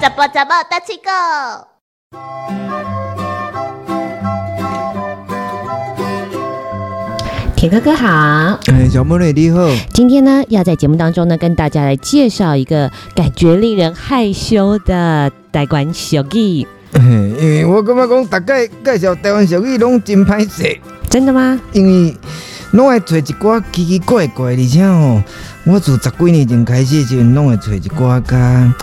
怎么怎么大七狗？铁哥哥好，哎，小妹妹你好，今天呢要在节目当中呢跟大家来介绍一个感觉令人害羞的台湾小艺，嘿因为我感觉讲大概介绍台湾俗语拢真歹势，真的吗？因为拢爱找一寡奇奇怪怪，而且吼，我自十几年前开始的时阵，拢会找一寡甲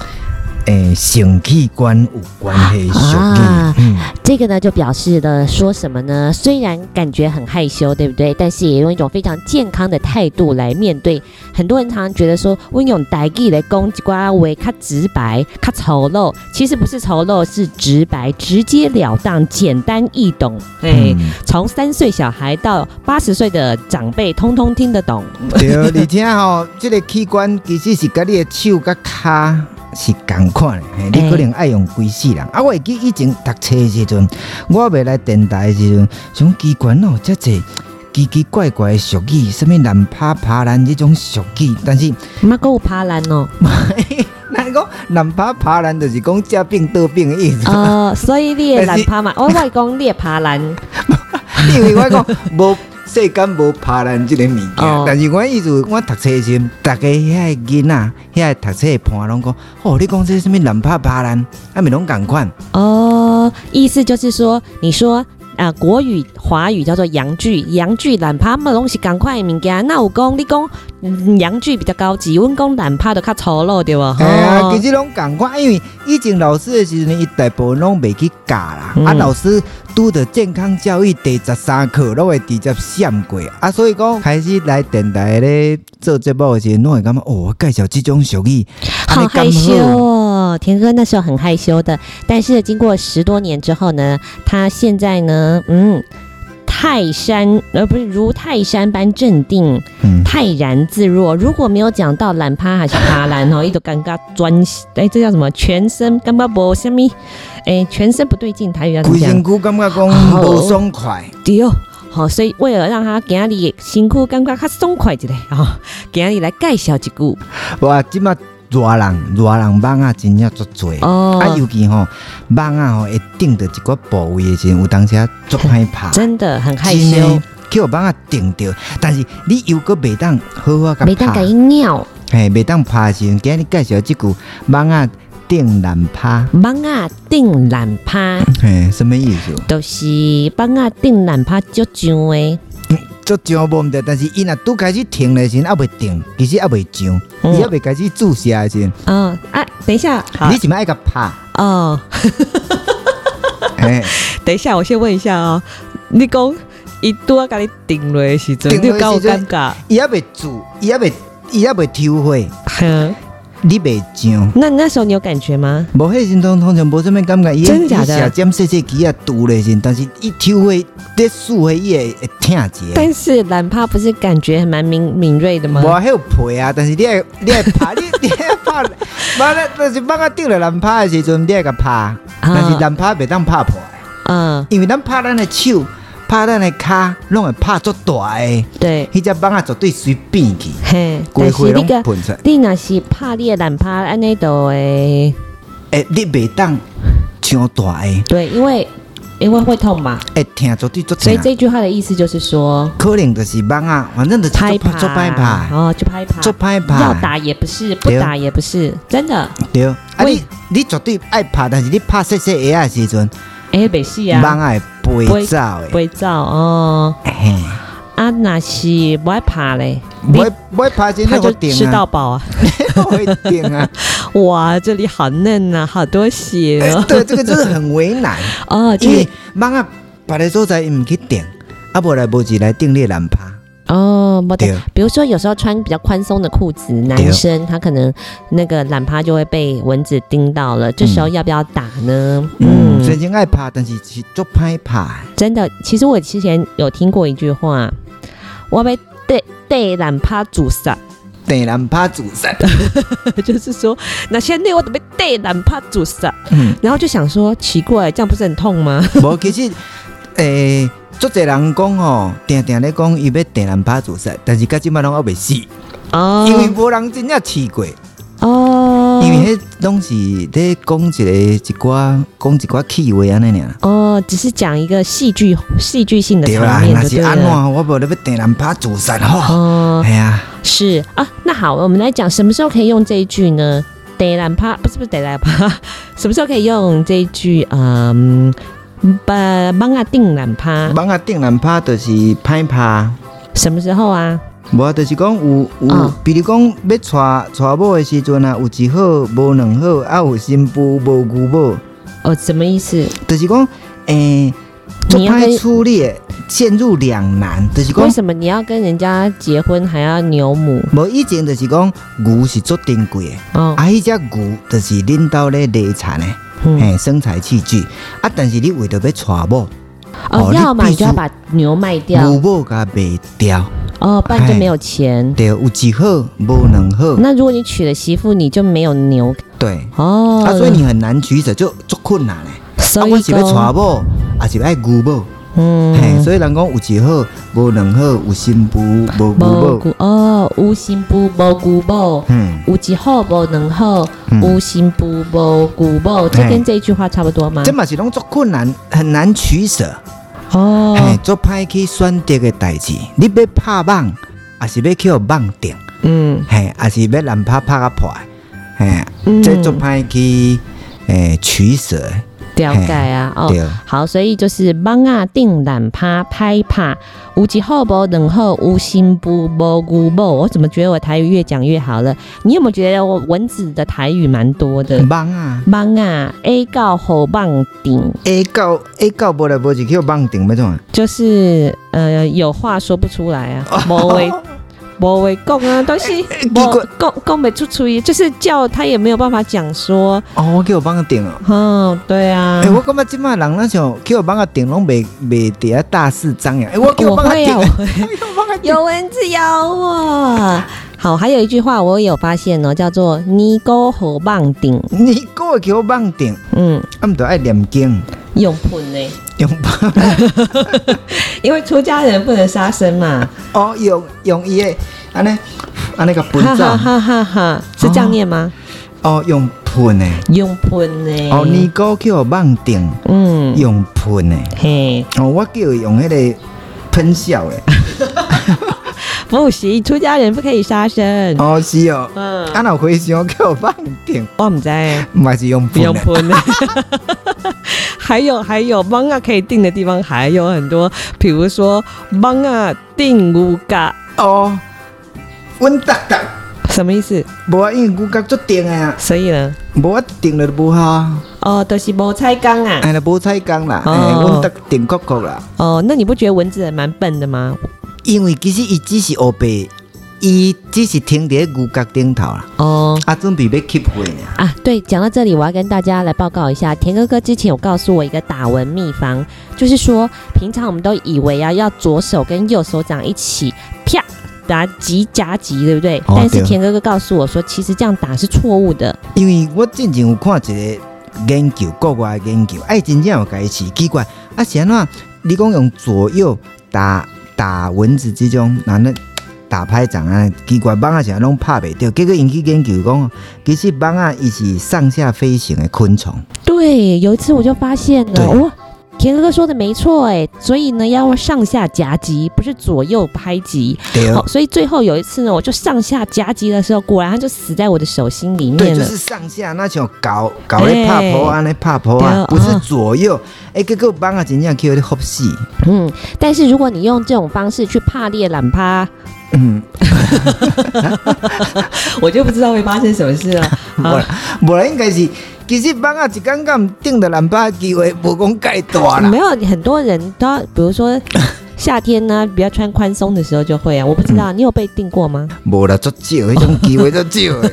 诶性器官有关系的俗啊语，嗯，这个呢就表示的说什么呢？虽然感觉很害羞，对不对？但是也用一种非常健康的态度来面对。很多人常常觉得说，我用台语来攻击瓜为它直白、它丑陋，其实不是丑陋，是直白、直截了当、简单易懂。哎、嗯从三岁小孩到八十岁的长辈，通通听得懂。 对，而且吼，这个器官其实是甲你的手甲骹是同款的，嘿哎你可能爱用规世人。啊，我会记以前读册的时阵，我未来电台的时阵，像器官哦，遮济奇奇怪怪的俗语，什物烂趴趴烂这种俗语，但是妈给我趴烂 哦，咱讲烂趴趴烂就是讲遮病倒病的意思。呃，所以你也但懒 是趴嘛，哦我外公你也趴烂， 因为我讲无世间无拍咱即个物件，哦但是我意思，我读册的时，阵，逐个遐个囡仔，遐个读册的伴拢讲，哦，你讲这什物难拍拍咱，啊咪拢共款， 哦，意思就是说，你说啊、国语、华语叫做洋剧，洋剧懒趴嘛东西赶快物件。那我讲你讲、嗯洋剧比较高级，我讲懒趴就较丑陋对吧？哎呀，哦其实拢共款，因为以前老师的时阵，伊大部分拢袂去教啦，嗯啊，老师拄着健康教育第十三课，拢会直接闪过，啊，所以讲开始来电台咧做节目的时候，拢会感觉，哦，我介绍即种俗语，好安害尼羞敢好哦，田哥那时候很害羞的，但是经过十多年之后呢，他现在呢，嗯，泰山而不是如泰山般镇定，嗯。泰然自若。如果没有讲到懒趴还是爬懒哦，一种尴尬专，哎，这叫什么？全身干巴不什么？哎，全身不对劲，台语要怎么规讲身？躯感觉讲好无爽快，对哦，好、所以为了让他今日辛苦感觉较松快一点，哦，今日来介绍一句哇，即马热人热人蚊啊，真正足多。哦。啊，尤其吼，蚊啊吼，会叮到一个部位的时候，有当时啊足歹拍，真的很害真的羞，叫蚊啊叮到，但是你又搁袂当好好甲没当拍给，尿。嘿，袂当拍的时候，今日介绍即句蚊啊叮难拍，蚊啊定懒 趴，嘿，什么意思？都、就是蚊啊定懒趴足上的。足上无毋对，但是伊若拄开始停的时候，还袂停，其实还袂上，嗯伊还袂开始注射的时候，嗯啊，等一下，好你是咪爱甲 拍？哦，嘿。等一下，我先问一下哦，你讲伊拄啊甲你定落的时阵，定你有落的够时有阵尴尬。伊还袂煮，伊还袂，伊还袂抽火，哼，你袂上。那那时候你有感觉吗？无迄时阵通常无什物感觉，伊真的假的射尖细细机啊拄咧时，但是伊抽火，得树火伊会会疼一下。但是懒趴不是感觉蛮敏敏锐的吗无？还有皮啊，但是你爱 你爱拍，你你爱拍， 把咧就是把个掉了难拍的时阵，你爱甲啊拍，但是难拍袂当拍破的，嗯，因为咱拍咱的手，拍咱的骹，拢会拍足大的，对，迄只蚊啊绝对随变去，嘿，规但血是拢你个喷出来。你若是怕你的懒趴安尼都诶，诶，你袂当伤大个。对，因为因为会痛嘛，会疼，绝对足所以疼。这句话的意思就是说。可能就是蚊啊，反正就是拍做歹爬，拍，哦，就拍爬，做歹要拍，打也不是，不对打也不是，真的，对。啊喂你你绝对爱拍，但是你拍细细鞋的时阵，哎，北戏蚊啊，啊会飞走的。肥皂哦，嘿啊，那是不爱爬嘞，不会不会拍真他的就会吃定到 啊，饱啊， 会定啊。哇，这里好嫩啊，好多血哦，哎对，这个就是很为难， 哦，就因是为蚊啊别的所在伊毋去定，啊无来无去来定你难拍。哦，没得对。比如说，有时候穿比较宽松的裤子，男对生他可能那个懒趴就会被蚊子叮到了，这时候要不要打呢？嗯，虽然爱拍，但是是足歹拍的。真的，其实我之前有听过一句话，我被对对懒趴煮杀，定难拍自杀。 就是说那些内我都被对懒趴煮啊杀，嗯 然后就想说奇怪，这样不是很痛吗？无，其实，诶、足侪人讲吼，定定咧讲伊要定南拍自杀，但是到即摆拢还未死，哦因为无人真正试过，哦，因为迄拢是咧讲一个一寡讲一寡气话安尼尔。哦，只是讲一个戏剧戏剧性的对场啦，面若就是对安怎，了。我无咧要定南拍自杀吼。哦，哎呀，是啊，那好，我们来讲什么时候可以用这一句呢？得兰帕不是不是得兰帕， 什么时候可以用这一句？嗯，把帮啊定兰帕，网啊定南拍就是歹拍。什么时候啊？无，就是讲有有，嗯比如讲要娶娶某的时阵啊，有一好无两好，啊有新妇无旧某，哦，什么意思？就是讲诶，足你要跟歹处理的，陷入两难，就是为讲什么你要跟人家结婚还要牛母？无以前就是讲牛是足珍贵的，哦，啊，迄只牛就是恁兜咧犁田的，嗯，嘿，生财器具，啊，但是你为着要娶某，哦，哦要嘛你你必须就要把牛卖掉牛，某甲卖掉，哦，不然就哎没有钱。对，有一好无两好，那如果你娶了媳妇，你就没有牛对，哦。啊，所以你很难取舍，就足困难的。啊，所我以是要娶说，某，还是爱牛某？嘿，嗯，所以人讲有一好，无两好，有新妇无牛无某。姑哦，无新妇无姑母，嗯，有一好无两好，嗯无新妇无姑母，这跟这一句话差不多吗这？嘛是拢足困难，很难取舍，哦，嘿，足歹去选择的代志。你要拍网，还是要去互网定？嗯嘿，还是要难拍拍啊破的？嘿，嗯，这足歹去诶取舍的，了解啊，哦。对，好，所以就是蠓啊定懒趴拍趴，有一好无两好，无心不无姑母。我怎么觉得我台语越讲越好了？你有没有觉得我文字的台语蛮多的？网啊蠓啊 A 到好棒顶， ，A 到 A 到无来无去去互网定要怎啊？就是呃有话说不出来 啊，某为某为共啊，都是哎奇某怪共共不出去，就是叫他也没有办法讲说，哦，去互网定哦。嗯，对啊诶、。我感觉即卖人咱像去互网啊定拢袂袂伫啊大肆张扬。诶、我去互我网啊会定啊，。我会 有蚊子咬我。好，还有一句话我有发现哦，叫做“尼沟河棒顶你个叫我网顶，”，嗯，啊，毋着爱念经，用喷呢，用网 因为出家人不能杀生嘛，哦，用用伊诶，安尼安尼甲 分哈哈走，哈哈哈，是这样念吗？哦，用喷诶，用喷呢，哦，你个叫我网顶，嗯，用喷诶，嘿，哦，我叫伊用迄个喷笑诶，嗯不行，出家人不可以杀生。哦，是哦，嗯，啊，若回想叫我网顶，我唔知道。嘛是用不喷用诶，喷。 还有还有，芒啊可以定的地方还有很多，比如说芒啊定乌嘎，哦，阮逐逐什么意思？无啊，因为牛角足定诶啊，所以呢，无啊定了就无效啊，哦，都、就是无菜缸啊。哎，就无采工啦，哦哎，阮逐定国国啦。哦，那你不觉得文字人蛮笨的吗？因为其实伊只是黑白，伊只是停伫牛角顶头啦，哦。啊，准备要吸血呢。啊，对，讲到这里，我要跟大家来报告一下，田哥哥之前有告诉我一个打文秘方，就是说，平常我们都以为啊，要左手跟右手掌一起啪打击夹击，对不对？啊哦但是对田哥哥告诉我说，其实这样打是错误的。因为我之前有看一个研究，国外的研究，哎，真正有甲伊饲奇怪，啊，是安怎？你讲用左右打打蚊子这种，那那打拍掌啊，奇怪，蚊啊啥拢拍袂着。结果因去研究讲，其实蚊啊伊是上下飞行的昆虫，对，有一次我就发现对了，哇，田哥哥说的没错哎，所以呢要上下夹击，不是左右拍击。对好、所以最后有一次呢，我就上下夹击的时候，果然他就死在我的手心里对，面就了。是上下那像搞搞咧拍婆安尼拍婆啊，对不哦是左右，哎、结果帮啊真正叫你吓死，嗯，但是如果你用这种方式去怕猎懒趴，嗯， 我就不知道会发生什么事啊 了。 无啦，无啦，应该是其实帮啊一刚刚定的南巴机会无讲介大啦没，有很多人都要，比如说夏天呢、比较穿宽松的时候就会啊，我不知道、你有被定过吗？无啦，足少，迄种机会足 少的。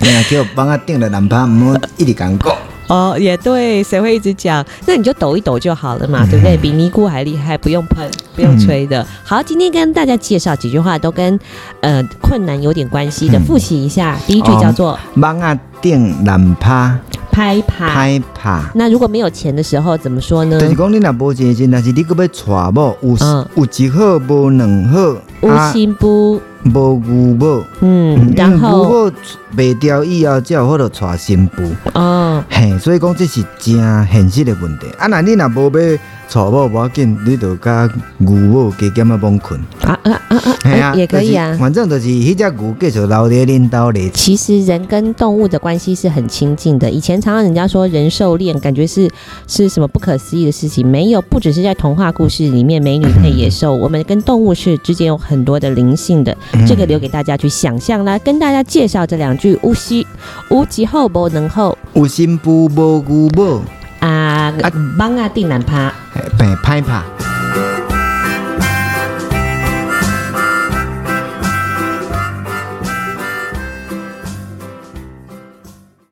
哎呀，叫帮啊定的南巴，毋好一直讲讲，哦，也对，谁会一直讲？那你就抖一抖就好了嘛，对不对？比尼姑还厉害，不用喷，不用吹的。嗯好，今天跟大家介绍几句话，都跟呃困难有点关系的，嗯哦复习一下。第一句叫做帮啊定南巴， “拍拍。拍拍。那如果没有钱的时候，怎么说呢就？是讲你若无钱钱，但是你佫要娶某，有、嗯有一好无两好，无心不，无牛某，啊嗯，然后，牛某卖掉以后，才有法度娶新妇。哦，嘿，所以讲这是真现实的问题。啊，那你若无要娶某，无要紧，你就甲牛某加减啊帮困。啊啊啊啊嘿啊，也可以啊就是。反正就是迄只牛继续留咧恁兜咧。其实人跟动物的关系是很亲近的。以前常常人家说人兽恋，感觉是是什么不可思议的事情，没有，不只是在童话故事里面美女配野兽，我们跟动物是之间有很多的灵性的，这个留给大家去想象啦。跟大家介绍这两句：无锡无极后不能后有新妇无牛某，啊，帮啊定难趴。嘿，平歹拍。